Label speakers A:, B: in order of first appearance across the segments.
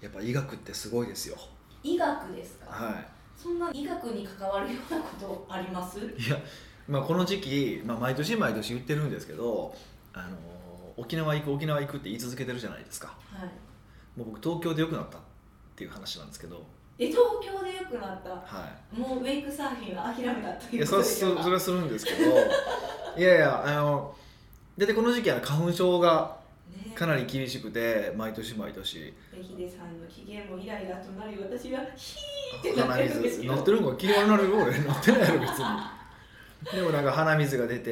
A: やっぱ医学ってすごいですよ
B: 医学ですか、
A: は
B: そんな医学に関わるようなことあります
A: いいや、まあ、この時期、まあ、毎年毎年言ってるんですけど、あの沖縄行く沖縄行くって言い続けてるじゃないですか
B: はい
A: もう僕東京で良くなったっていう話なんですけど、
B: え東京で良くなった
A: はい、
B: もうウェイクサーフィンは諦めたと
A: い
B: いう
A: やそれ
B: ことで
A: は
B: し
A: そ
B: ょ
A: そ
B: う
A: れ
B: か
A: はするん ですけどいやいやあの大体この時期は花粉症が
B: ね
A: かなり厳しくて毎年毎年
B: でヒデさんの機嫌もイライラとなり私はヒーってなっ
A: 鼻
B: てるんです
A: 水
B: けど、う
A: 乗
B: ん
A: ってるんか気がなるよ俺乗ってないやろ別にでもなんか鼻水が出て、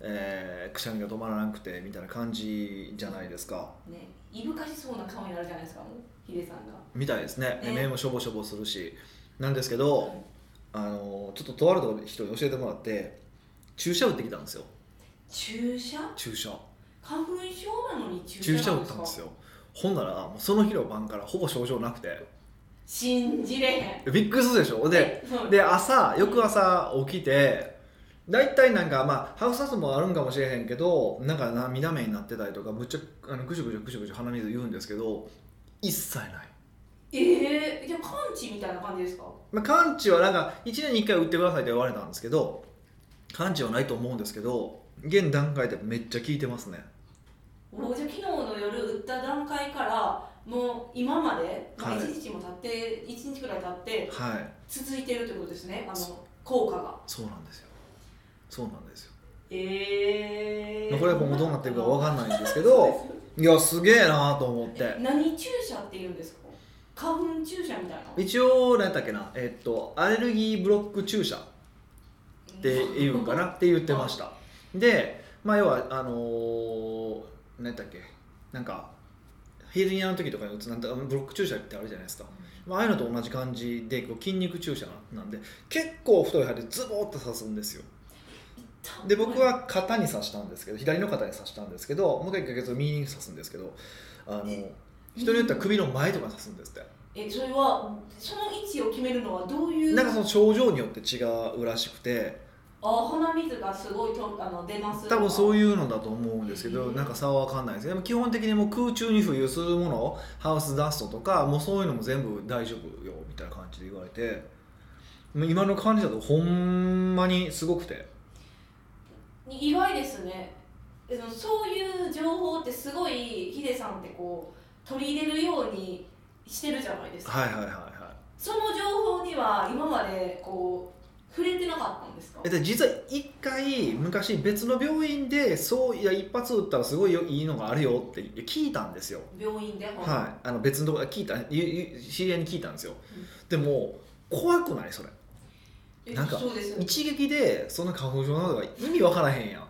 A: えーくしゃみが止まらなくてみたいな感じじゃないですか
B: ね、いぶかしそうな顔になるじゃないですかもうヒデさんが
A: みたいですね
B: ね
A: 目もしょぼしょぼするしなんですけどあのちょっととある人に教えてもらって注射打ってきたんですよ
B: 注射
A: 注射
B: 花粉症なのに注射
A: 注射
B: な
A: 打ったんですよほんならもうその日の晩からほぼ症状なくて
B: 信じれへん
A: びっくりするでしょで
B: えそう
A: で朝翌朝起きて大体なんかまあハウスダストもあるんかもしれへんけどなんかな涙目になってたりとかむっちゃあのぐしょぐしょぐしょぐしょ鼻水言うんですけど一切ない、
B: えー、じゃあ完治みたいな感じですか
A: まあ、完治はなんか1年に1回打ってくださいって言われたんですけど完治はないと思うんですけど現段階でめっちゃ効いてますね
B: おじゃあ昨日の夜打った段階からもう今まで、ま
A: は
B: あ、
A: い
B: 1日も経って、一1日くらい経って
A: はい
B: 続いてるってことですねあ
A: そう
B: の効果が
A: そうなんですよそうなんですよ
B: ええー、
A: これはもうどうなってるかわ
B: か
A: かんないんですけ
B: そう
A: どいやすげえなと思っ
B: です
A: て
B: 何注射って言うんですか花粉注射みたいなっ
A: 一応何やったっけなえっとアレルギーブロック注射って言うんかなって言ってましたでまあ要はあのー、何やったっけなんかヒーリングの時とかに打つなんてあのブロック注射ってあるじゃないですか、まあああいうのと同じ感じでこう筋肉注射なんで結構太い針でズボッと刺すんですよで僕は肩に刺したんですけど左の肩に刺したんですけどもう一回か月右に刺すんですけどあの人によっては首の前とかに刺すんですって
B: えそれはその位置を決めるのはどういう
A: なんかその症状によって違うらしくて
B: あ鼻水がすごいとあの出ます
A: 多分そう
B: いう
A: いうのだと思うんですけどなんか差は分かんないですでも基本的にもう空中に浮遊するものハウスダストとかもうそういうのも全部大丈夫よみたいな感じで言われてもう今の感じだとほんまにすごくて
B: 意外ですねでもそういう情報ってすごいヒデさんってこう取り入れるようにしてるじゃないですか、
A: はいはいはいはい
B: その情報には今までこう触れてなかったんですか
A: えで実は一回昔別の病院でそういや一発打ったらすごいよいいのがあるよって聞いたんですよ
B: 病院でも
A: はい、あの別のところ聞いたゆゆ知り合いに聞いたんですよ、でも怖くないそれ
B: え
A: なんか
B: そうですよね
A: 一撃でそんな花粉症などが意味わからへんやん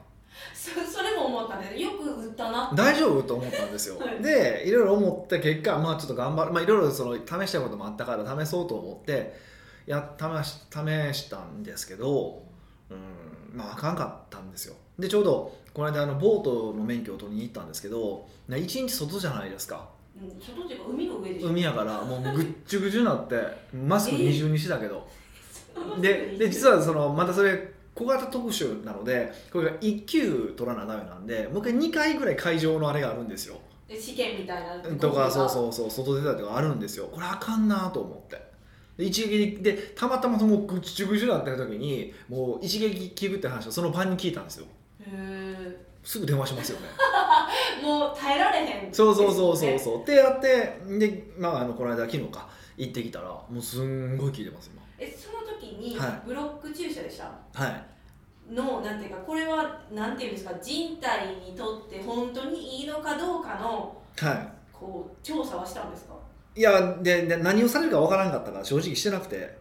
B: そそれも思ったねよく売ったな
A: 大丈夫と思ったんですよ、
B: はい
A: でいろいろ思った結果まあちょっと頑張るまあいろいろその試したいこともあったから試そうと思ってや試し試したんですけどうんまああかんかったんですよでちょうどこの間あのボートの免許を取りに行ったんですけどな一日外じゃないですか
B: うん外っていうか海の上でしょ
A: 海やからもうぐっちゅぐちゅにな ってマスク二重にしてたけど、でで
B: は
A: 実はそのまたそれ小型特殊なのでこれが1級取らなダメなんでもう一回2回ぐらい会場のあれがあるんですよ
B: 試験みたいな
A: とかそう
B: う
A: そうそう外出たりとかあるんですよこれあかんなと思ってで一撃ででたまたまそのぐっちゅぐちゅだった時にもう一撃聞くって話をその晩に聞いたんですよ
B: へー
A: すぐ電話しますよね
B: もう耐えられへん
A: そうそうそうそう
B: ですね
A: そうってやってでまああのこの間昨日か行ってきたらもうすんごい聞いてます今
B: えその時に
A: は
B: ブロック注射でした、
A: はい
B: のなんていうかこれはなんていうんですか人体にとって本当にいいのかどうかの
A: はい
B: こう調査はしたんですか
A: いやでで何をされるかわからんかったから正直してなくて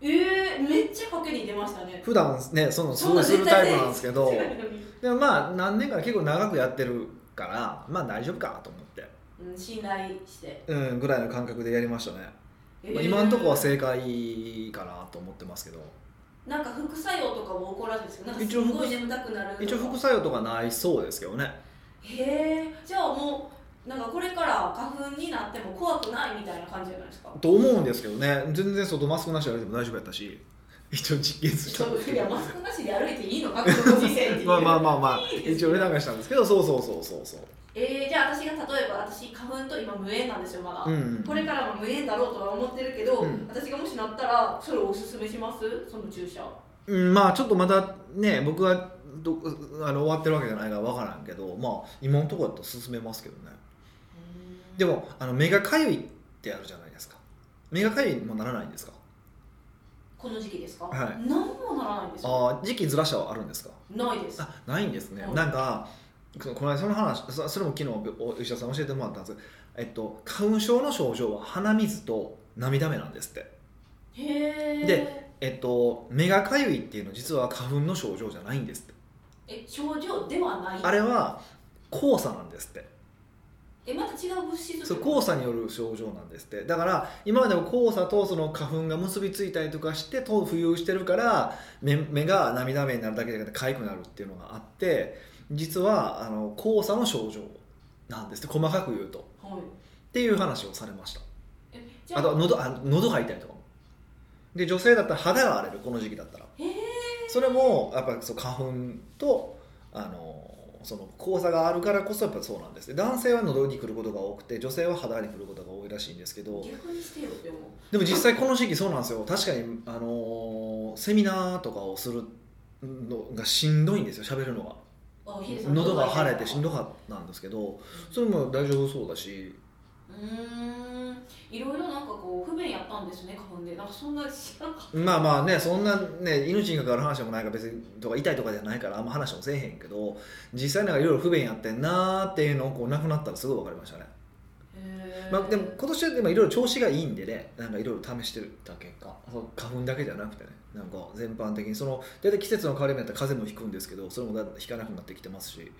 B: えー、めっちゃ賭けに出ましたね
A: 普段ねそのす
B: そん
A: ご
B: ない
A: する
B: 絶
A: タ
B: 対
A: イ
B: ね
A: プなんですけど
B: 違うのに
A: でもまあ何年か結構長くやってるからまあ大丈夫かと思って、
B: うん、信頼して、
A: うん、ぐらいの感覚でやりましたね、
B: え
A: まあ
B: ー
A: 今のところは正解かなと思ってますけど
B: なんか副作用とかも起こらずですけどなんか
A: 一
B: す
A: 応
B: ごい眠たくなる
A: 一応副作用とかないそうですけどね
B: へえじゃあもうなんかこれから花粉になっても怖くないみたいな感じじゃないですか
A: と思うんですけどね全然外マスクなしで歩いても大丈夫やったし一応実験したんです
B: い
A: け
B: や
A: ど
B: マスクなしで歩いていいのかってご時世っていう
A: まあまあまあまあ一応ね流したんですけどそうそうそうそうそう
B: えー、じゃあ私が例えば私花粉と今無縁なんですよま
A: うん
B: だ、
A: うん
B: これからも無縁だろうとは思ってるけど、
A: うん
B: 私がもしなったらそれおすすめしますその注射
A: うん、まあちょっとまだね僕はどあの終わってるわけじゃないから分からんけどまあ今のところだと進めますけどねでもあの目がかゆいってあるじゃないですか目がかゆいにもならないんですか
B: この時期ですか、
A: はい
B: 何もならないんですよ
A: あー時期ずらしはあるんですか
B: ないです
A: あないんですね、
B: うん
A: なんかそこの間その話そそれも昨日おお医者さん教えてもらったんですえっと花粉症の症状は鼻水と涙目なんですって
B: へえ
A: でえっと目がかゆいっていうのは実は花粉の症状じゃないんですって
B: え症状ではない
A: あれは黄砂なんですって
B: えまた違う物質
A: そう
B: こ
A: 黄砂による症状なんですってだから今までも黄砂とその花粉が結びついたりとかしてと浮遊してるから目目が涙目になるだけじゃなくて痒くなるっていうのがあって実はあの黄砂の症状なんですって細かく言うとっ
B: はい
A: ていう話をされました
B: えじゃ
A: あ
B: あ
A: と喉あ喉が痛いとかもで女性だったら肌が荒れるこの時期だったら
B: へえ
A: それもやっぱりそう花粉とあのその黄砂があるからこそやっぱそうなんですね男性は喉に来ることが多くて女性は肌に来ることが多いらしいんですけど
B: 逆にしてよでも
A: でも実際この時期そうなんですよ確かにあのセミナーとかをするのがしんどいんですよ喋るのが
B: あヒデさん
A: 喉が腫れてしん
B: ど
A: どかったんですけどそれも大丈夫そうだし
B: うーんいろいろなんかこう不便やったんですね花粉でなんかそんな知らなかっ
A: まあまあねそんなね命に関わる話でもないから別にとか痛いとかじゃないからあんま話もせえへんけど実際なんかいろいろ不便やってんなーっていうのをこうなくなったらすごい分かりましたね
B: たへえ
A: まあ、でも今年はでもいろいろ調子がいいんでねなんかいろいろ試してた結果そう花粉だけじゃなくてねなんか全般的にその大体季節の変わり目だったら風邪もひくんですけどそれもだんだんひかなくなってきてますし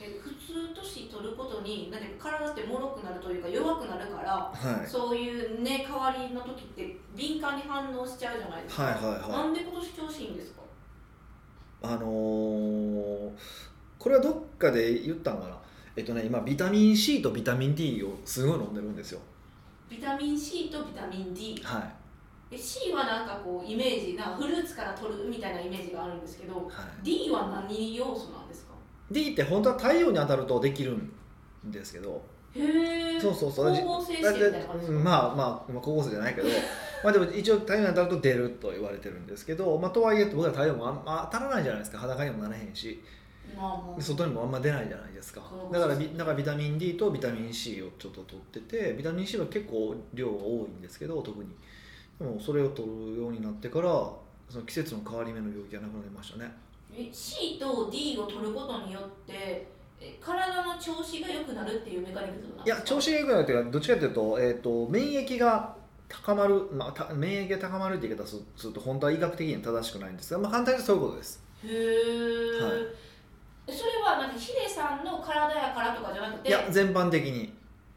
B: え普通年取ることになんていうか体って脆くなるというか弱くなるから、
A: はい
B: そういうね変わりの時って敏感に反応しちゃうじゃないですか、
A: はいはい
B: な
A: はい
B: んで今年調子いいんですか
A: あのーこれはどっかで言ったんかなえっとね今ビタミン C とビタミン D をすごい飲んでるんですよ
B: ビタミン C とビタミン D
A: はい
B: え C はなんかこうイメージなフルーツから取るみたいなイメージがあるんですけど
A: はい
B: D は何要素なんですか
A: D って本当は太陽に当たるとできるんですけど
B: へえ
A: そうそうそう
B: 光合成して
A: だ
B: み
A: い
B: た
A: た
B: い
A: い
B: な感じですか、
A: うんまあまあ、まあ、高校生じゃないけど まあでも一応太陽に当たると出ると言われてるんですけど、まあ、とはいえ僕は太陽もあんま当たらないじゃないですか裸にもなれへんし
B: まあまあ
A: 外にもあんま出ないじゃないですか
B: そう
A: だからビだからビタミン D とビタミン C をちょっと取っててビタミン C は結構量が多いんですけど特にでもそれを取るようになってからその季節の変わり目の病気がなくなりましたね
B: え C と D を取ることによってえ体の調子が良くなるっていうメカニズムなん
A: い
B: です
A: や
B: か
A: 調子が良くなるというかどっちかというと,、えー、と免疫が高まる、まあた、免疫が高まるって言い方すすると本当は医学的には正しくないんですが、まあ、簡単にそういうことです
B: へえ、
A: は
B: それはなんかヒデさんの体やからとかじゃなく
A: い
B: て
A: や全般的に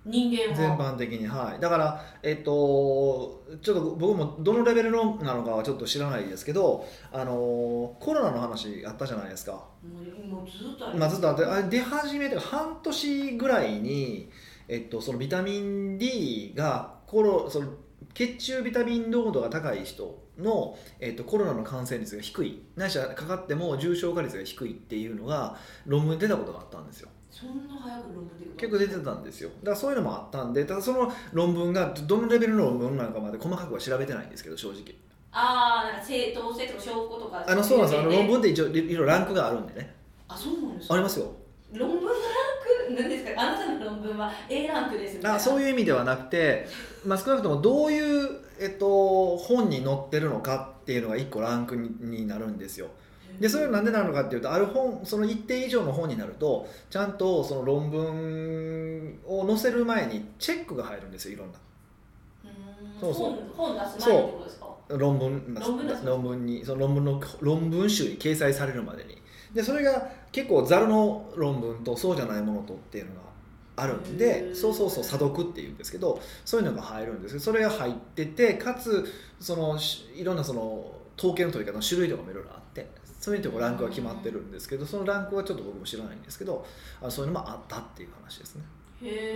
B: 人間
A: 全
B: は
A: 般的にはいだからえっ、とちょっと僕もどのレベルのなのかはちょっと知らないですけどあのーコロナの話あったじゃないですか、
B: もうもうずっとあ
A: まあ、ずっとあってあれ出始めて半年ぐらいに、えっと、そのビタミン D がコロその血中ビタミン濃度が高い人の、えっと、コロナの感染率が低いないしはかかっても重症化率が低いっていうのが論文に出たことがあったんですよ
B: そんな早く論文出てくる
A: 結構出てたんですよだからそういうのもあったんでただその論文がどのレベルの論文なのかまで細かくは調べてないんですけど正直
B: ああなんか正当性とか証拠とか
A: あのそうなんですよあの論
B: 文
A: 文って一応いろいろランクがあるんでね
B: あそうなんです
A: あ
B: か
A: りますよ
B: 論文のランクなんですかあなたの論文は A ランクですみたいな
A: あそう
B: う
A: いう意味ではなくて、まあ、少なくともどういう、えっと、本に載ってるのかっていうのが1個ランクにになるんですよでそれはなんでなのかっていうとある本その一定以上の本になるとちゃんとその論文を載せる前にチェックが入るんですよいろんな
B: うん
A: そうそう
B: 本本出す前にってことですか
A: 論文
B: 論文です
A: 論文にその論文の論文集に掲載されるまでにでそれが結構ざるの論文とそうじゃないものとっていうのがあるん
B: へー
A: でそうそうそう査読っていうんですけどそういうのが入るんですけどそれが入っててかつそのしいろんなその統計の取り方の種類とかもいろいろあってそういうとこランクが決まってるんですけどそのランクはちょっと僕も知らないんですけどあそういうのもあったっていう話ですね。
B: へへえ、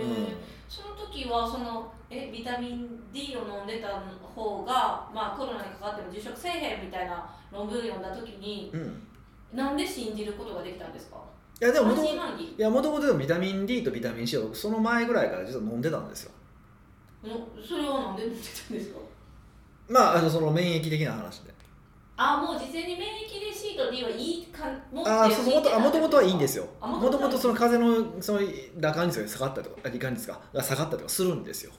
B: その時はそのえビタミン D を飲んでた方が、まあ、コロナにかかっても重食せえへんみたいな論文を読んだ時に
A: うん、うん、
B: なんで信じることができたんですか
A: いやでも
B: 半
A: 元々
B: 信半疑
A: いやもともとビタミン D とビタミン C を僕その前ぐらいから実は飲んでたんですよ
B: のそれをなんで飲んでたんですか
A: まああのその免疫的な話で
B: あもう事前に免疫で C と D はいいかもう
A: あーそうそうもともともとはいいんです
B: よ
A: よ
B: あ
A: も
B: 元
A: と
B: 々
A: もとその風邪のその羅漢率が下がったりとかあ罹患率かが下がったりとかするんですよ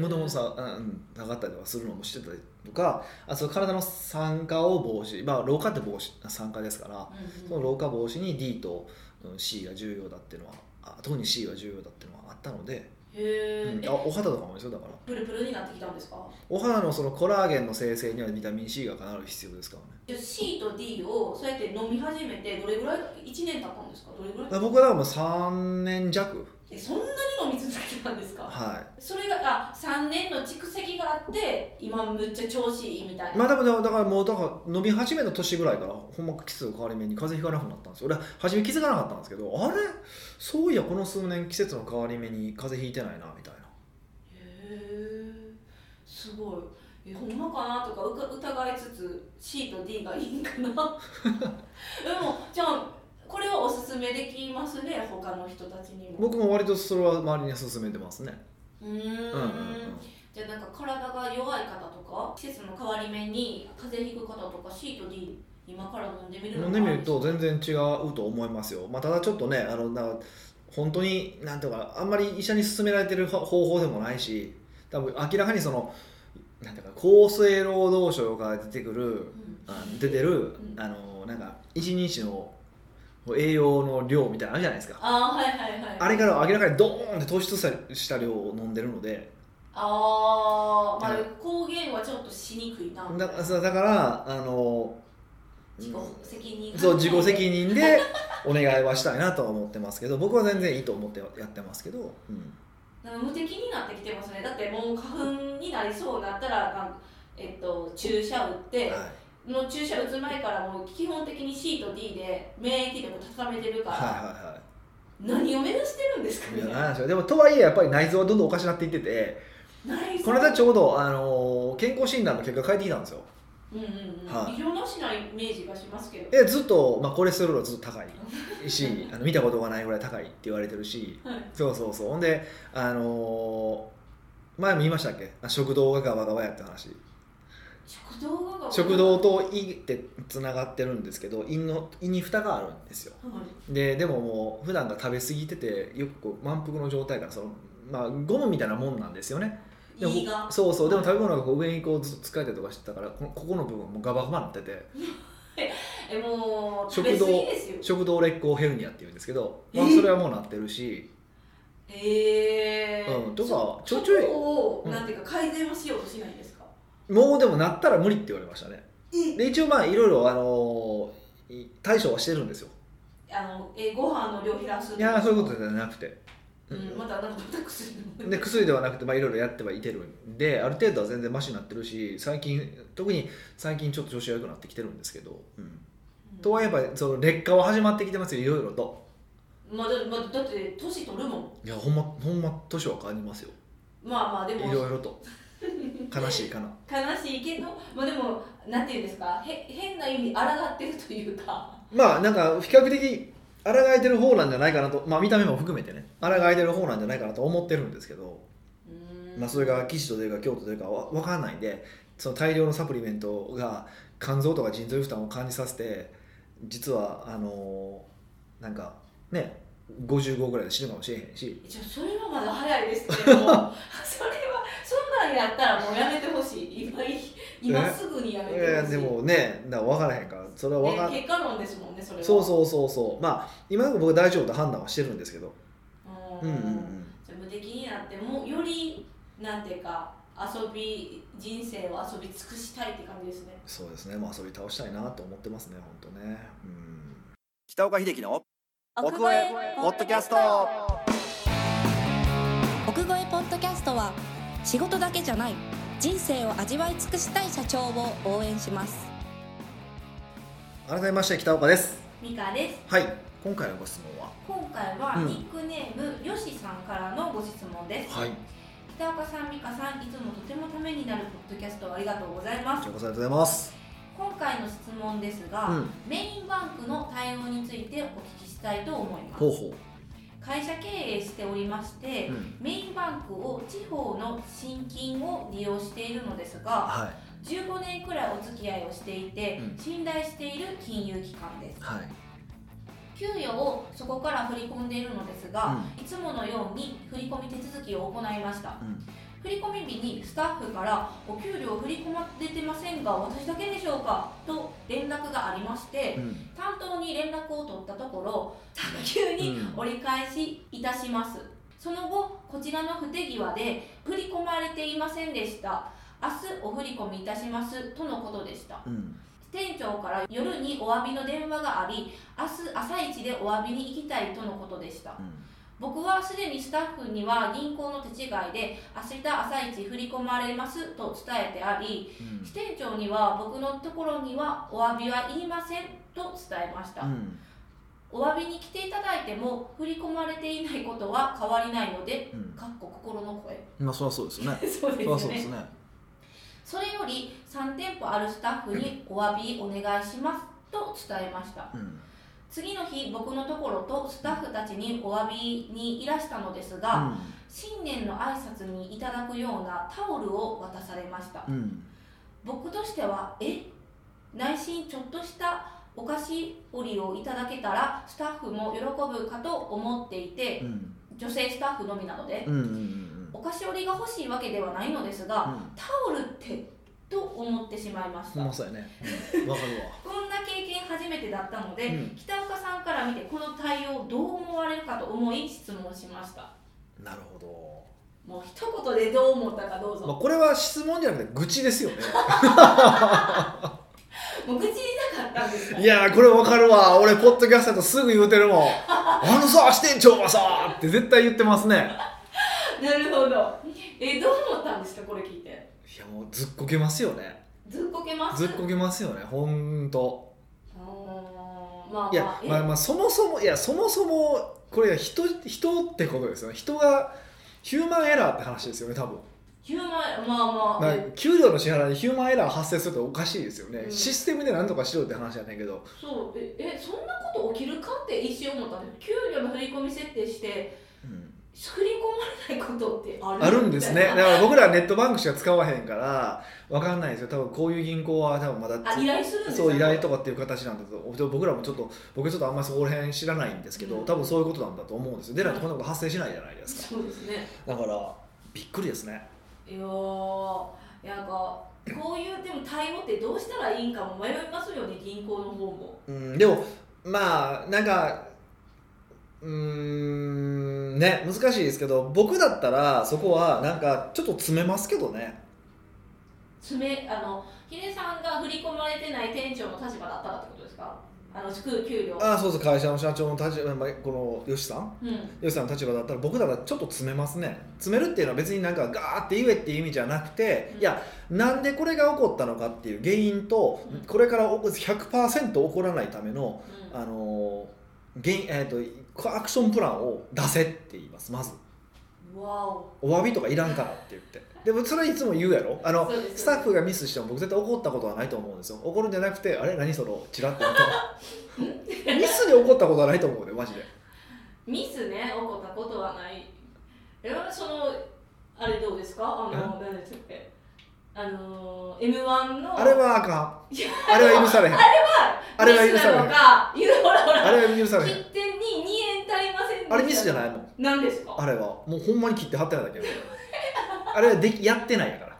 A: もともとさ、うん、下がったりとかするのもしてたりとかあその体の酸化を防止まあ老化って防止酸化ですからその老化防止に D とうん C が重要だっていうのはあ特に C が重要だっていうのはあったので、
B: へえ、
A: うん
B: え
A: あお肌とかもですよだから
B: プルプルになってきたんですか
A: お肌のそのコラーゲンの生成にはビタミン C が必ず必要ですからね
B: じゃあ C と D をそうやって飲み始めてどれぐらい1年経ったんですかどれぐら
A: だ
B: い
A: から僕はだからもう3年弱
B: えそんなに飲み続けたんですか
A: は
B: それがあ3年の蓄積があって今むっちゃ調子いいみたい
A: いま
B: な、
A: あでもだからもうだから伸び始めた年ぐらいからほんま季節の変わり目に風邪ひかなくなったんですよ俺初め気づかなかったんですけどあれそういやこの数年季節の変わり目に風邪ひいてないなみたいな
B: へえすごいえほんまかなとかうか疑いつつ C と D がいい んかなでもじゃあこれはおすすめできますね他の人たちにも
A: 僕も割とそれは周りに勧めてますね
B: うー
A: うんんうんうん
B: じゃあなんか体が弱い方とか季節の変わり目に風邪ひく方とか C と D 今から飲んでみる
A: 飲
B: の
A: ん
B: が
A: でみると全然違うと思いますよ、まあ、ただちょっとねあのなんか本当になんていうかあんまり医者に勧められてる方法でもないし多分明らかにそのなんていうか厚生労働省から出てくる
B: うん
A: あの出てる
B: ん
A: あのなんか一日の栄養の量みたいなのあるじゃないですか
B: あーはいはいはい
A: あれから明らかにドーンって突出した量を飲んでるので
B: ああまあ
A: はい
B: 抗原はちょっとしにくいな
A: だそうだからあの
B: 自己責任
A: そう自己責任でお願いはしたいなとは思ってますけど僕は全然いいと思ってやってますけど、うん
B: なんか無敵になってきてますねだってもう花粉になりそうだったらなんえっと注射打って
A: はい
B: もう注射打つ前からもう基本的に C と D で免疫力を高めてるから、
A: は
B: 何を目指してるんですか
A: いはいはいい
B: ね
A: やなんでしょうでもとはいえやっぱり内臓はどんどんおかしなっていってて
B: ない
A: この間ちょうど、あのー健康診断の結果変えてきたんですよ
B: うんうんうん、
A: はい
B: 異常なしなイメージがしますけど
A: えずっと、まあ、コレステロールはずっと高いし あの見たことがないぐらい高いって言われてるし
B: はい
A: そうそうそうほんであのー前も言いましたっけあ食堂がガバガバやって話
B: 食堂が
A: 食堂と胃ってつながってるんですけど胃の胃に蓋があるんですよ
B: はい
A: ででももう普段が食べ過ぎててよくこう満腹の状態からその、まあ、ゴムみたいなもんなんですよねでも
B: 胃が
A: そうそうでも食べ物がこう上にこうずっと疲れたりとかしてたからこのここの部分もガバガバになってて
B: えもう食
A: 食
B: べ
A: 堂
B: 過ぎですよ
A: 食道劣行ヘルニアっていうんですけど、まあ、
B: え
A: それはもうなってるし、
B: ええ
A: うんとかち
B: ち
A: ょ
B: ょ
A: い
B: っ
A: ちょい
B: と
A: うん
B: なんていうか改善はしようとしないんですか
A: もうでもなったら無理って言われましたね
B: え
A: で一応まあいろいろあのい対処はしてるんですよ
B: あのえご飯の量減らす
A: いやーそういうことじゃなくて、
B: う
A: うん
B: ん、またなんかまた薬飲む
A: で薬ではなくてまあいろいろやってはいてるんである程度は全然マシになってるし最近特に最近ちょっと調子が良くなってきてるんですけど、うん、
B: うん
A: とはいえやっぱりその劣化は始まってきてますよいろいろと
B: まあだまあだって年取るもん
A: いやほんまほんま年は感じますよ
B: まあまあで
A: い
B: も
A: ろいろと悲しいかな
B: 悲しいけどまあでもなんていうんですかへ変な意味抗ってるというか
A: まあなんか比較的抗えてる方なんじゃないかなと、まあ、見た目も含めてね抗えてる方なんじゃないかなと思ってるんですけど、
B: うーん
A: まあ、それが岸と出るか京都と出るかは分からないんでその大量のサプリメントが肝臓とか腎臓に負担を感じさせて実はあのーなんかね55ぐらいで死ぬかもしれへんし
B: じゃあそれはまだ早 いですけどそれはそんなんやったらもうやめてほしい今い今すぐにやめてほしい、
A: えーでもねだから分からへんからそれは分か
B: ね結果論ですもんねそれは
A: そうそうそうそうまあ今のところ僕大丈夫と判断はしてるんですけど
B: う
A: うん
B: ん
A: うんうん
B: じゃあ無敵になってもうよりなんていうか遊び人生を遊び尽くしたいって感じですね
A: そうですね、まあ、遊び倒したいなと思ってますね、本当ね。うん北岡秀樹の奥越えポッドキャスト。
C: 奥越えポッドキャストは仕事だけじゃない人生を味わい尽くしたい社長を応援します
A: 改めまして、北岡です。
B: ミカです
A: はい、今回のご質問は
B: 今回は
A: うん
B: ニックネーム、よしさんからのご質問です
A: はい
B: 北岡さん美香さんいつもとてもためになるポッドキャストをありがとうございます
A: じゃあございます
B: 今回の質問です
A: う
B: が、
A: ん
B: メインバンクの対応についてお聞きしたいと思います
A: ほうほ
B: 会社経営しておりまして
A: う、うん、
B: メインバンクを地方の新金を利用しているのですが
A: は
B: 15年くらいお付き合いをしていて、
A: うん
B: 信頼している金融機関です
A: いはい
B: 給与をそこから振り込んでいるのですが、いつものように振り込み手続きを行いました
A: うんうん
B: 振り込み日にスタッフから「お給料振り込まれてませんが私だけでしょうか?」と連絡がありまして
A: うん
B: 担当に連絡を取ったところ「急に
A: うん
B: 折り返しいたしますその後こちらの不手際で振り込まれていませんでした明日お振り込みいたしますとのことでした
A: うん
B: 店長から夜にお詫びの電話があり明日朝一でお詫びに行きたいとのことでした
A: うん
B: 僕はすでにスタッフには銀行の手違いで明日朝一振り込まれますと伝えてあり
A: うん
B: 支店長には僕のところにはお詫びはいりませんと伝えました、
A: うん
B: お詫びに来ていただいても振り込まれていないことは変わりないので、
A: うん
B: かっこ心の声
A: まあそりゃそうですよね
B: そう
A: そ
B: で
A: りゃ
B: す
A: そう
B: よ
A: で
B: ね
A: すね
B: それより3店舗あるスタッフにお詫びお願いしますと伝えました
A: うん
B: 次の日僕のところとスタッフたちにお詫びにいらしたのですが、新年の挨拶にいただくようなタオルを渡されました
A: うんうん
B: 僕としてはえ内心ちょっとしたお菓子折りをいただけたらスタッフも喜ぶかと思っていて
A: うん
B: 女性スタッフのみなので
A: うんうんうん
B: お菓子折りが欲しいわけではないのです
A: う
B: が
A: ん
B: タオルってと思ってしまいました
A: ほんまそうやねうんわかるわ
B: こんな経験初めてだったので、
A: うん
B: 北岡さんから見てこの対応どう思われるかと思い質問しました
A: なるほど
B: もう一言でどう思ったかどうぞ
A: まあ、これは質問じゃなくて愚痴ですよね
B: もう愚痴りたかったんですか
A: いやーこれわかるわ俺ポッドキャストとすぐ言うてるもんあのさ支店長はさって絶対言ってますね
B: なるほどえどう思ったんですかこれ聞いて
A: いやもうずっこけますよね
B: ずっこけます
A: ずっこけますよねほんと
B: うーんまあまあ
A: いや
B: え
A: まあまあそもそもいやそもそもこれは人人ってことですよね人がヒューマンエラーって話ですよね多分
B: ヒューマンまあまあ、
A: まあ給料の支払いにヒューマンエラー発生するっておかしいですよね、
B: うん
A: システムで何とかしろって話じゃないけど
B: そうええそんなこと起きるかって一瞬思ったんです給料の振り込み設定して
A: うん
B: 振り込まれないことってある
A: あるんですね
B: み
A: だ
B: たい
A: か
B: な
A: ら僕らはネットバンクしか使わへんからわかんないですよ多分こういう銀行は多分まだ
B: あ依頼するんですか
A: そう依頼とかっていう形なんだと僕らもちょっと僕ちょっとあんまりそこら辺知らないんですけど、
B: うん
A: 多分そういうことなんだと思うんですよでないとこんなこと発生しないじゃないですか
B: そうですね
A: だからびっくりですね
B: いやーなんかこういうでも対応ってどうしたらいいんかも迷いますよね銀行の方も
A: うん、でもまあなんかうーんね難しいですけど僕だったらそこはなんかちょっと詰めますけどね
B: 爪あのヒデさんが振り込まれてない店長の立場だったらってことですかあの給給料
A: ああそうそう会社の社長の立場まあこの吉さん
B: うん
A: 吉さんの立場だったら僕だったらちょっと詰めますね詰めるっていうのは別になんかガーって言えっていう意味じゃなくて、
B: うん
A: いやなんでこれが起こったのかっていう原因と、
B: うん
A: これから起こ100%起こらないための、
B: うん
A: あのー原因えー、とアクションプランを出せって言いますまず
B: わお
A: お詫びとかいらんからって言ってでもそれはいつも言うやろあの
B: そうです
A: スタッフがミスしても僕絶対怒ったことはないと思うんですよ怒るんじゃなくてあれ何そのチラッと見 たミスで怒ったことはないと思うねマジで
B: ミスね起こったことはないえそのあれどうですかあの何でしたっけあの m 1の
A: あれはあかんあれは許されへんあれは許されへん
B: れへんほらほら
A: あれは許されへん
B: 切手に2円足りませんでした
A: あれミスじゃないもん
B: 何ですか
A: あれはもうほんまに切って貼ってないだけやからあれはできやってないやから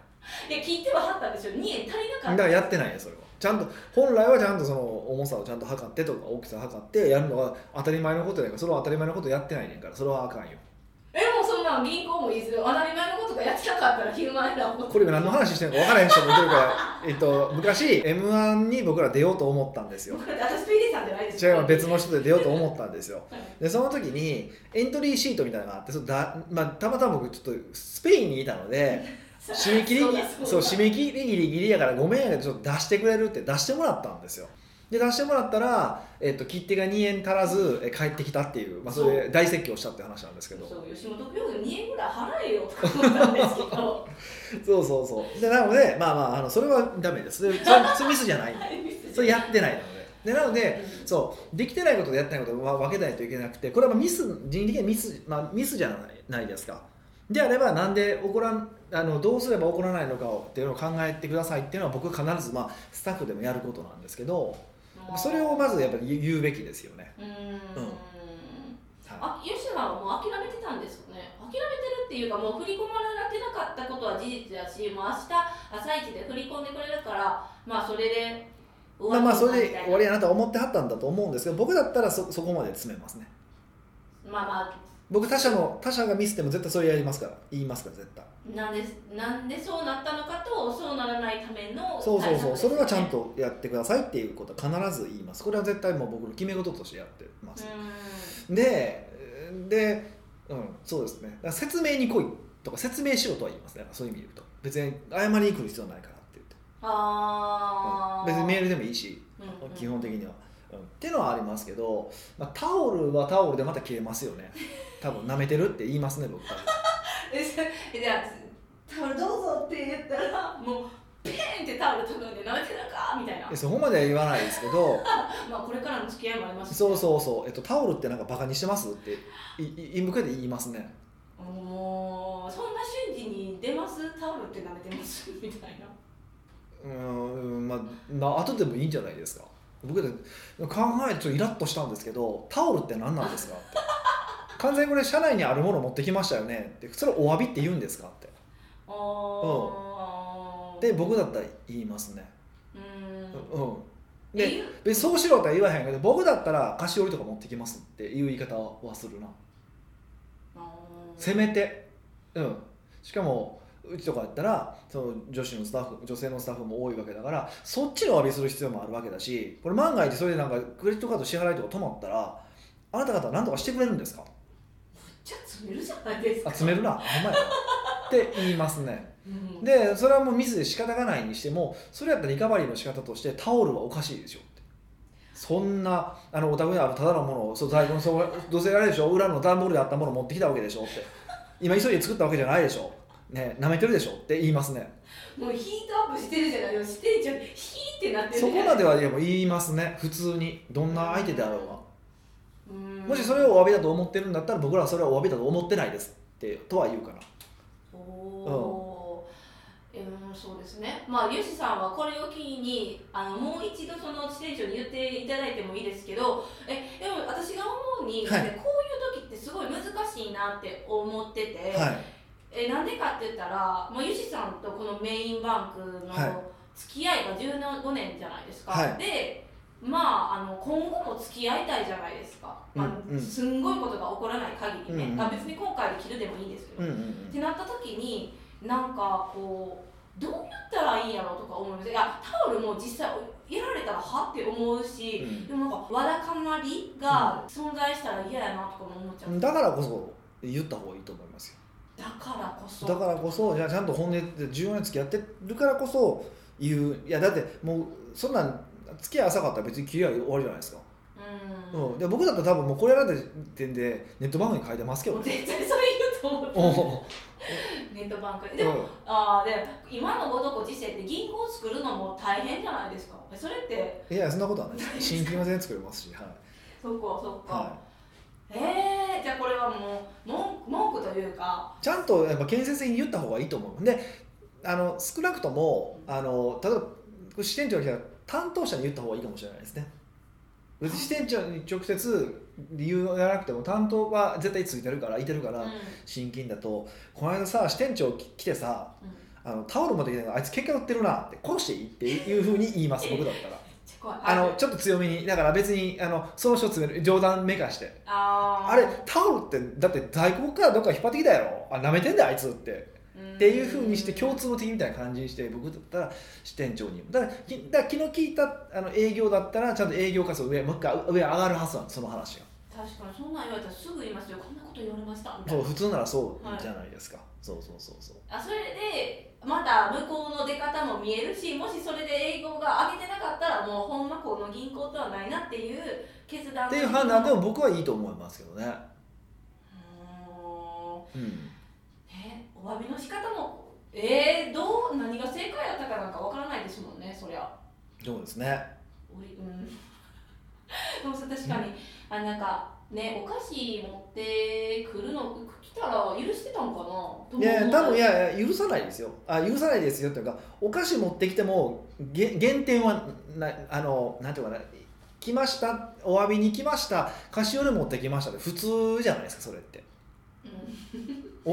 B: いや聞いてははったんですよ2円足りなか
A: だか
B: った
A: らやってないよそれはちゃんと本来はちゃんとその重さをちゃんと測ってとか大きさ測ってやるのが当たり前のことやからそれは当たり前のことやってないねんからそれはあかんよ
B: えもうそんなん銀行もいいですよ当たり前のことがやってなかったらヒューマンエラーも
A: これ今何の話してるのか分からへん人もいてるから、えっと、昔 m 1に僕ら出ようと思ったんですよ
B: これ私ピーディさんじゃないです
A: 違う別の人で出ようと思ったんですよ
B: はい
A: でその時にエントリーシートみたいなのがあってそれだ、まあ、たまたま僕ちょっとスペインにいたので 締め切り
B: そうだそうだ
A: そう締め切りギリギリやからごめんやけどちょっと出してくれるって出してもらったんですよで出してもらったら、えっと、切手が2円足らずえ帰ってきたっていう、まあ、それで大説教したって話なんですけど
B: そう吉本病院2円ぐらい払えよとか思ったんですけど
A: そうそうそうでなのでまあまああのそれはダメですでそれそれミスじゃないそれやってないのででなのでそうできてないことでやってないことは分けないといけなくてこれはまあミス人力的なミス,、まあ、ミスじゃないないですかであればなんで起こらんあのどうすれば起こらないのかをっていうのを考えてくださいっていうのは僕必ず、まあ、スタッフでもやることなんですけどそれをまずやっぱり言うべきですよね、
B: うーん
A: は
B: あ吉田はもう諦めてたんですよね諦めてるっていうかもう振り込まれてなかったことは事実だしもう明日朝一で振り込んでくれるからまあそれで
A: い、
B: 終
A: まあまあそれで終わり
B: や
A: やなとは思ってはったんだと思うんですけど僕だったらそそこまで詰めますね
B: まあま
A: 僕他社の他社がミスっても絶対それやりますから言いますから絶対
B: あなんでなんでそうなったのかとそうならないための
A: そうそうそう、
B: 対策です
A: そ
B: よね
A: れはちゃんとやってくださいっていうことは必ず言いますこれは絶対もう僕の決め事としてやってま
B: う
A: す、
B: ー
A: でで、うん、そうですねだから説明に来いとか説明しろとは言いますねだからそういう意味で言うと別に謝りに来る必要ないからって言って
B: んあー
A: 別にメールでもいいし
B: うんうん
A: 基本的には、うんってのはありますけど、まあ、タオルはタオルでまた切れますよ ね多分舐めてるって言いますね僕多分
B: えそえじゃあタオルどうぞって言ったらもうペーンってタオル頼んで舐めてなんかみたいな
A: えそこまでは言わないですけど
B: まあこれからの付き合いもありますし
A: そうそうそう、えっと、タオルってなんかバカにしてますっていい向けて言いますね
B: おーそんな瞬時に出ますタオルって舐めてますみたいな
A: うーんまあ、まあ後でもいいんじゃないですか僕で考えてちょっとイラッとしたんですけどタオルって何なんですかって完全にこれ社内にあるもの持ってきましたよねってそれお詫びって言うんですかって
B: あー
A: で僕だったら言いますね
B: うーん
A: うん
B: え
A: で
B: 言う
A: 別にそうしろとは言わへんけど僕だったら菓子折りとか持ってきますっていう言い方はするな
B: あー
A: せめてうんしかもうちとかやったらその女子のスタッフ女性のスタッフも多いわけだからそっちのお詫びする必要もあるわけだしこれ万が一それでなんかクレジットカード支払いとか止まったらあなた方は何とかしてくれるんですか
B: じゃあ詰めるじゃないです
A: あ
B: か
A: 詰めるなほんまやなって言いますね
B: うん
A: でそれはもうミスで仕方がないにしてもそれやったらリカバリーの仕方としてタオルはおかしいでしょってそんなあのお宅にあるただのものをそう在庫のそうどうせあれでしょ裏の段ボールであったものを持ってきたわけでしょって今急いで作ったわけじゃないでしょね舐めてるでしょって言いますね
B: もうヒートアップしてるじゃないよしてんじゃんヒーってなってる
A: そこまではでも言いますね普通にどんな相手であろうが
B: うん
A: もしそれをお詫びだと思ってるんだったら僕らはそれはお詫びだと思ってないですってとは言うかな
B: おおー、うん、そうですねまあユシさんはこれを機にあのもう一度その支店長に言っていただいてもいいですけどえでも私が思うに、
A: はい
B: こういう時ってすごい難しいなって思ってて、
A: はい
B: えなんでかって言ったらもうユシさんとこのメインバンク
A: はい
B: の付き合いが15年じゃないですか、
A: はい
B: でまあ、あの今後も付き合いたいじゃないですか、あの
A: うんうん
B: すんごいことが起こらない限りね、
A: うんうん
B: あ別に今回で切るでもいいんですけど、
A: うんうんう
B: っ
A: ん
B: てなった時になんかこうどうやったらいいんやろうとか思いますいやタオルも実際やられたらはって思う
A: う
B: し、
A: ん
B: でもなんかわだかまりが存在したら嫌やなとかも思っちゃう、だ
A: だからこそ言った方がいいと思いますよ
B: からこそ
A: だからこそじゃあちゃんと本音で14年付き合ってるからこそ言ういやだってもうそんなん付き合い浅かったら別に切り合い終わりじゃないですか、
B: うん、
A: うんで僕だったら多分もうこれなんて点でネット番組に書いてますけど
B: もう
A: ね
B: 絶対それ言うと思って
A: おお
B: ネットバンクででも、あーで今のごとこ時世って銀行作るのも大変じゃないですかそれって
A: いやそんなことはないです新規も全然作れますしはい、
B: そっかそっか、
A: は
B: えー、じゃあこれはもう文文句というか
A: い、ちゃんとやっぱ建設的に言った方がいいと思うであの少なくともあの例えば支店長が来たら担当者に言った方がいいかもしれないですね別に支店長に直接理由をやらなくても担当は絶対ついてるからいてるから、
B: うん
A: 新金だと「この間さ支店長き来てさ
B: うん
A: あのタオル持ってきたけどあいつ結果売ってるな」って「こうしていい?」っていうふうに言います僕だったら
B: ちょ怖い
A: あのちょっと強めにだから別にあのその人詰める冗談めかして「
B: あー
A: あれタオルってだって在庫からどっか引っ張ってきたやろあ舐めてんだあいつ」ってっていうふうにして共通の敵みたいな感じにして僕だったら支店長にだからきだから昨日聞いたあの営業だったらちゃんと営業活動上もう一回上上がるはずなのその話が
B: 確かにそんなん言われたらすぐ言いますよこんなこと言われましたみたい
A: そう
B: な
A: 普通ならそうじゃないですか、そうそうそうそう
B: あそれでまた向こうの出方も見えるしもしそれで英語が上げてなかったらもうほんまこの銀行とはないなっていう決断
A: っていう判断でも僕はいいと思いますけどね、
B: うーん
A: うん、
B: ねお詫びの仕方もえー、どう何が正解やったかなんかわからないですもんねそりゃ
A: そうですね
B: おいうん、でも そう確かに、あなんかねお菓子持ってくるの来たら許してたんかなと思う
A: いやいや多分いやいや許さないですよあ許さないですよっていうかお菓子持ってきてもげ減点はなあのなんていうかな来ましたお詫びに来ました菓子折り持ってきましたって普通じゃないですかそれって
B: う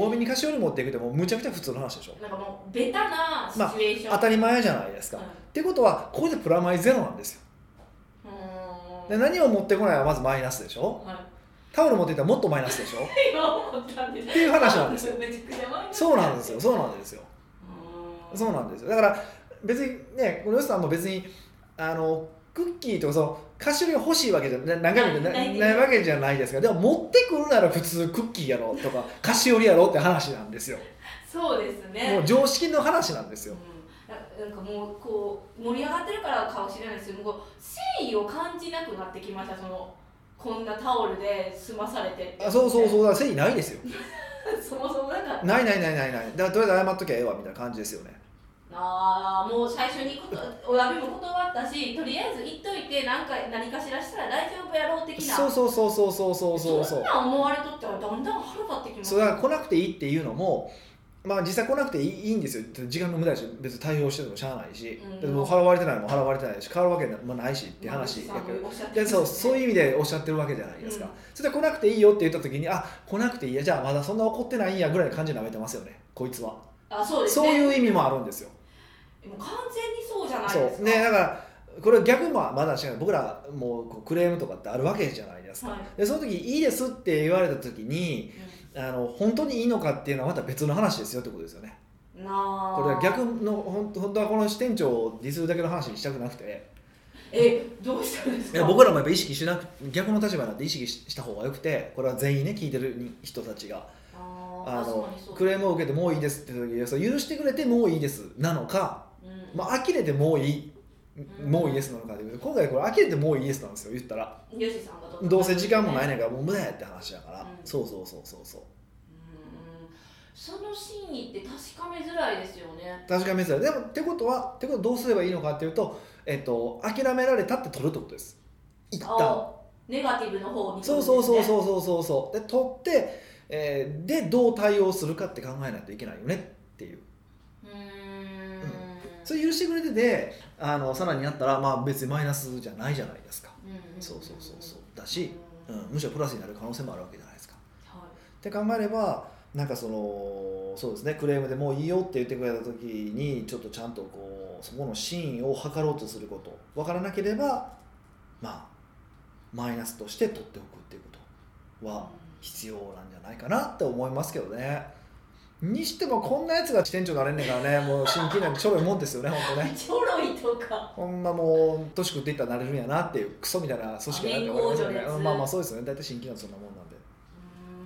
B: ん
A: お詫びに菓子折り持ってきてもむちゃくちゃ普通の話でしょ
B: なんかもうベタなシチュエーション、
A: 当たり前じゃないですか、ってことはここでプラマイゼロなんですよ
B: うんうー
A: で
B: ん
A: 何を持ってこないはまずマイナスでしょ
B: は
A: タオル持ってきたらもっとマイナスでしょ
B: い今思ったんです
A: っていう話なんですよ
B: めちゃくちゃ前に
A: そうなんですよそうなんですよ
B: うーん
A: そうなんですよだから別にねこの吉さんも別にあのクッキーとかその菓子類が欲しいわけじゃな中身でな
B: ないない
A: ないわけじゃないですけどでも持ってくるなら普通クッキーやろと か菓子折りやろって話なんですよ
B: そうですね
A: もう常識の話なんですよ
B: うん、ななんかもうこう盛り上がってるからかもしれないですけどこう誠意を感じなくなってきましたそのこんなタオルで済まされて
A: あそうそうそううだから誠意ないですよ
B: そもそもなんか
A: ないないないないないだからとりあえず謝っときゃええわみたいな感じですよね
B: ああもう最初にことお詫びも断ったしとりあえず言っといてなんか何かしらしたら大丈夫やろう的な
A: そうそうそうそうそうそうそうそ
B: ん
A: う
B: なん思われとってはだんだん腹立ってきます
A: そうだから来なくていいっていうのもまあ実際来なくていいいいんですよ時間の無駄だし別に対応しててもしゃあないし、
B: うん
A: でも払われてないもん払われてないし変わるわけもないしって話やけど、
B: おっしゃって
A: でそうそういう
B: う
A: 意味でおっしゃってるわけじゃないですか、
B: うん
A: それで来なくていいよって言った時にあ来なくていいやじゃあまだそんな怒ってないんやぐらいの感じで舐めてますよねこいつは
B: あそうです
A: そう,、
B: ね
A: いう意味もあるんですよ
B: もう完全にそうじゃないで
A: そ
B: すか
A: うねだからこれ逆もまだしない僕らもうこうクレームとかってあるわけじゃないですか、
B: はい
A: でその時「いいです」って言われた時にあの本当にいいのかっていうのはまた別の話ですよってことですよね
B: うんなあ
A: これは逆の本当本当はこの支店長をディスるだけの話にしたくなくて
B: えどうしたんです
A: い
B: か
A: や僕らもやっぱ意識しなく逆の立場になって意識しした方がよくてこれは全員ね聞いてる人たちが
B: あー
A: あ
B: あそう
A: の
B: ねそう
A: クレームを受けてもういいですって時にそう許してくれてもういいですなのか、
B: うん
A: まあ、呆れてもういい
B: うん
A: もういいですなのかという今回これ呆れてもういいですなんですよ言ったら
B: ヨシさんがど
A: どうせ時間もない
B: ね
A: ねんからもう無駄やって話だから、
B: うん
A: そうそうそうそうそう
B: うんその真意って確かめづらいですよね
A: 確かめづらいでもってことはってことはどうすればいいのかっていうと、えっと、諦められたって取るってことです一旦
B: あネガティブの方に
A: そうそうそう
B: う
A: そうそうそうそうで取って、えーでどう対応するかって考えないといけないよねっていう
B: うーん
A: うそれ許してくれててあのさらにやったら、まあ、別にマイナスじゃないじゃないですか、
B: うん
A: そうそうそうそうだし、う
B: うん
A: ん、むしろプラスになる可能性もあるわけじゃないですか
B: は
A: って考えればなんかそのそうですねクレームでもういいよって言ってくれた時にちょっとちゃんとこうそこの真意を図ろうとすること分からなければまあマイナスとして取っておくっていうことは必要なんじゃないかなって思いますけどねにしてもこんなやつが支店長になれんねんからねもう新規なんてちょろいもんですよねほんと
B: い
A: ね
B: ちょろいとか
A: ほんまもう年食っていったらなれるんやなっていうクソみたいな組織やなって思いますよね
B: 年功序列
A: うんまあまあそうですよね大体新規なんてそんなもんなんで、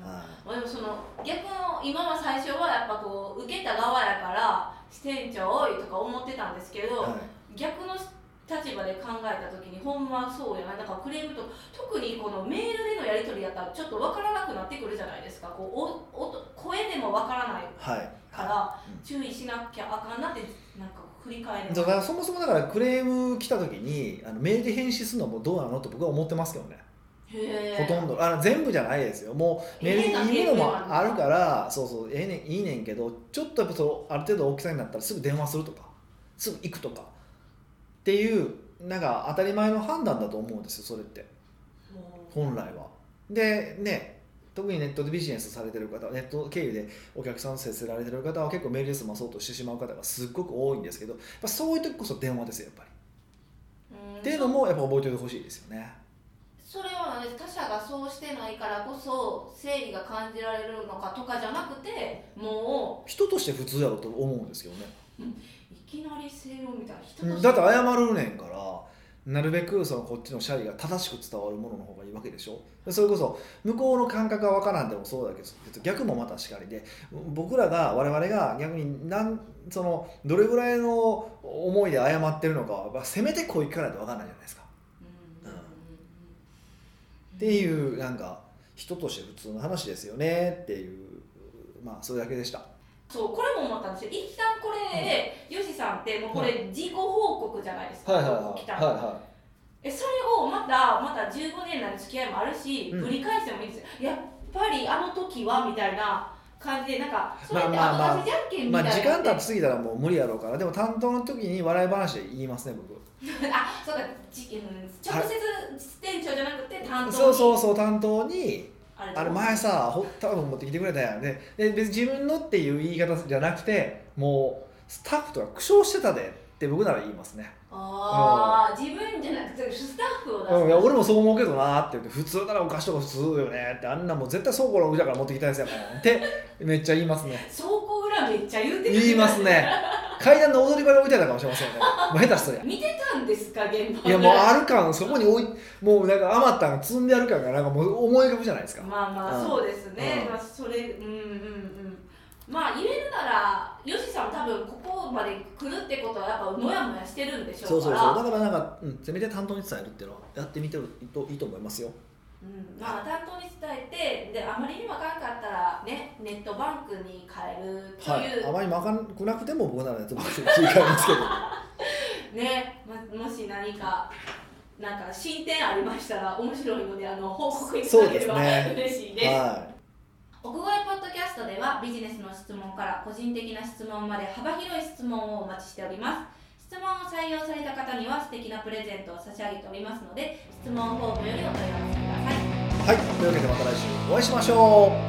B: うん
A: はい
B: まあでもその逆の今は最初はやっぱこう受けた側やから支店長多いとか思ってたんですけど、
A: はい
B: 逆の立場で考えた時にほんまそうやななんかクレームと特にこのメールでのやり取りやったらちょっと分からなくなってくるじゃないですかこうおお声でも分からない
A: はい
B: から
A: うん
B: 注意しなきゃあかんなってなんか振り返る
A: だからそもそもだからクレーム来た時にあのメールで返信するのもどうなのって僕は思ってますけどね、
B: へ
A: ほとん
B: ど
A: どあの全部じゃないですよもうメールでいいものもあるからそうそうええねんいいねんけどちょっとやっぱそのある程度大きさになったらすぐ電話するとかすぐ行くとかっていうなんか当たり前の判断だと思うんですよそれって本来は。でね特にネットでビジネスされてる方ネット経由でお客さんと接せられてる方は結構メールで済まそうとしてしまう方がすっごく多いんですけどやっぱそういう時こそ電話ですよやっぱり。っていうのもやっぱ覚えておいてほしいですよね。
B: それは他者がそうしてないからこそ誠意が感じられるのかとかじゃなくても
A: 人として普通やろうと思うんですけどね。
B: ういきなり正論みたいな人として
A: だって謝るねんからなるべくそのこっちの謝意が正しく伝わるものの方がいいわけでしょでそれこそ向こうの感覚がわからんでもそうだけど逆もまたしかりで僕らが我々が逆になんそのどれぐらいの思いで謝ってるのかはやっぱせめてこういかないとわかんないじゃないですか
B: う
A: っていうなんか人として普通の話ですよねっていうまあそれだけでした
B: そうこれも思ったんですよ一旦これ、ヨシさんってもうこ
A: は
B: れ自己報告じゃないですか、
A: はいはい
B: 報告
A: は
B: 来
A: い
B: た
A: は
B: ん
A: い
B: で
A: は
B: えそれをまたまた15年来の付き合いもあるし、
A: うん
B: ぶり返してもいいですよやっぱりあの時はみたいな感じでなんかそれって後出し
A: まあまあまあ
B: じゃんけん
A: い
B: み
A: ま
B: たい
A: あ
B: な
A: 時間経ちすぎたらもう無理やろうからでも担当の時に笑い話で言いますね僕
B: あそうかじ、うん、直接店長じゃなくて担当に
A: そうそうそう担当に
B: あれ
A: あれ前さほ多分持ってきてくれたやんねで別に自分のっていう言い方じゃなくてもうスタッフとか苦笑してたでって僕なら言いますね
B: ああ自分じゃなくてスタッフを出す、
A: うん、いや俺もそう思うけどなって言って普通ならお菓子とか普通よねってあんなもう絶対倉庫の裏から持ってきたやつやもんってめっちゃ言いますね
B: 倉庫裏めっちゃ言うてる
A: 言います ね階段の踊り場に置いてあったかもしれませんねもう下手すりゃ
B: 見てたんですか現場
A: い
B: で
A: やもうある感そこに置いもうなんか余ったんが積んである感がなんかもう思い浮かぶじゃないですか
B: まあま
A: う
B: あ
A: ん
B: そうですね、
A: うん
B: まあ、それうんうんうんまあ言えるならよしさん多分ここまで来るってことはやっぱもやもやしてるんでし
A: そ
B: ょ
A: う
B: うか
A: そう
B: ら
A: そうだからなんか、うん、せめて担当に伝えるっていうのはやってみてるといいと思いますよ
B: うんまあ、担当に伝えてであまりにもあかんかったらねネットバンクに変えると、
A: はいいうあまりまかんくなくても僕ならやってもらって切り替えますけど
B: ねまもし何かなんか進展ありましたら面白いのであの報告いただければ、
A: そうです ね
B: 嬉しいです、
A: は
B: 屋外ポッドキャストではビジネスの質問から個人的な質問まで幅広い質問をお待ちしております質問を採用された方には素敵なプレゼントを差し上げておりますので質問フォームよりお問い合わせください
A: い、はい、というわけでまた来週お会いしましょう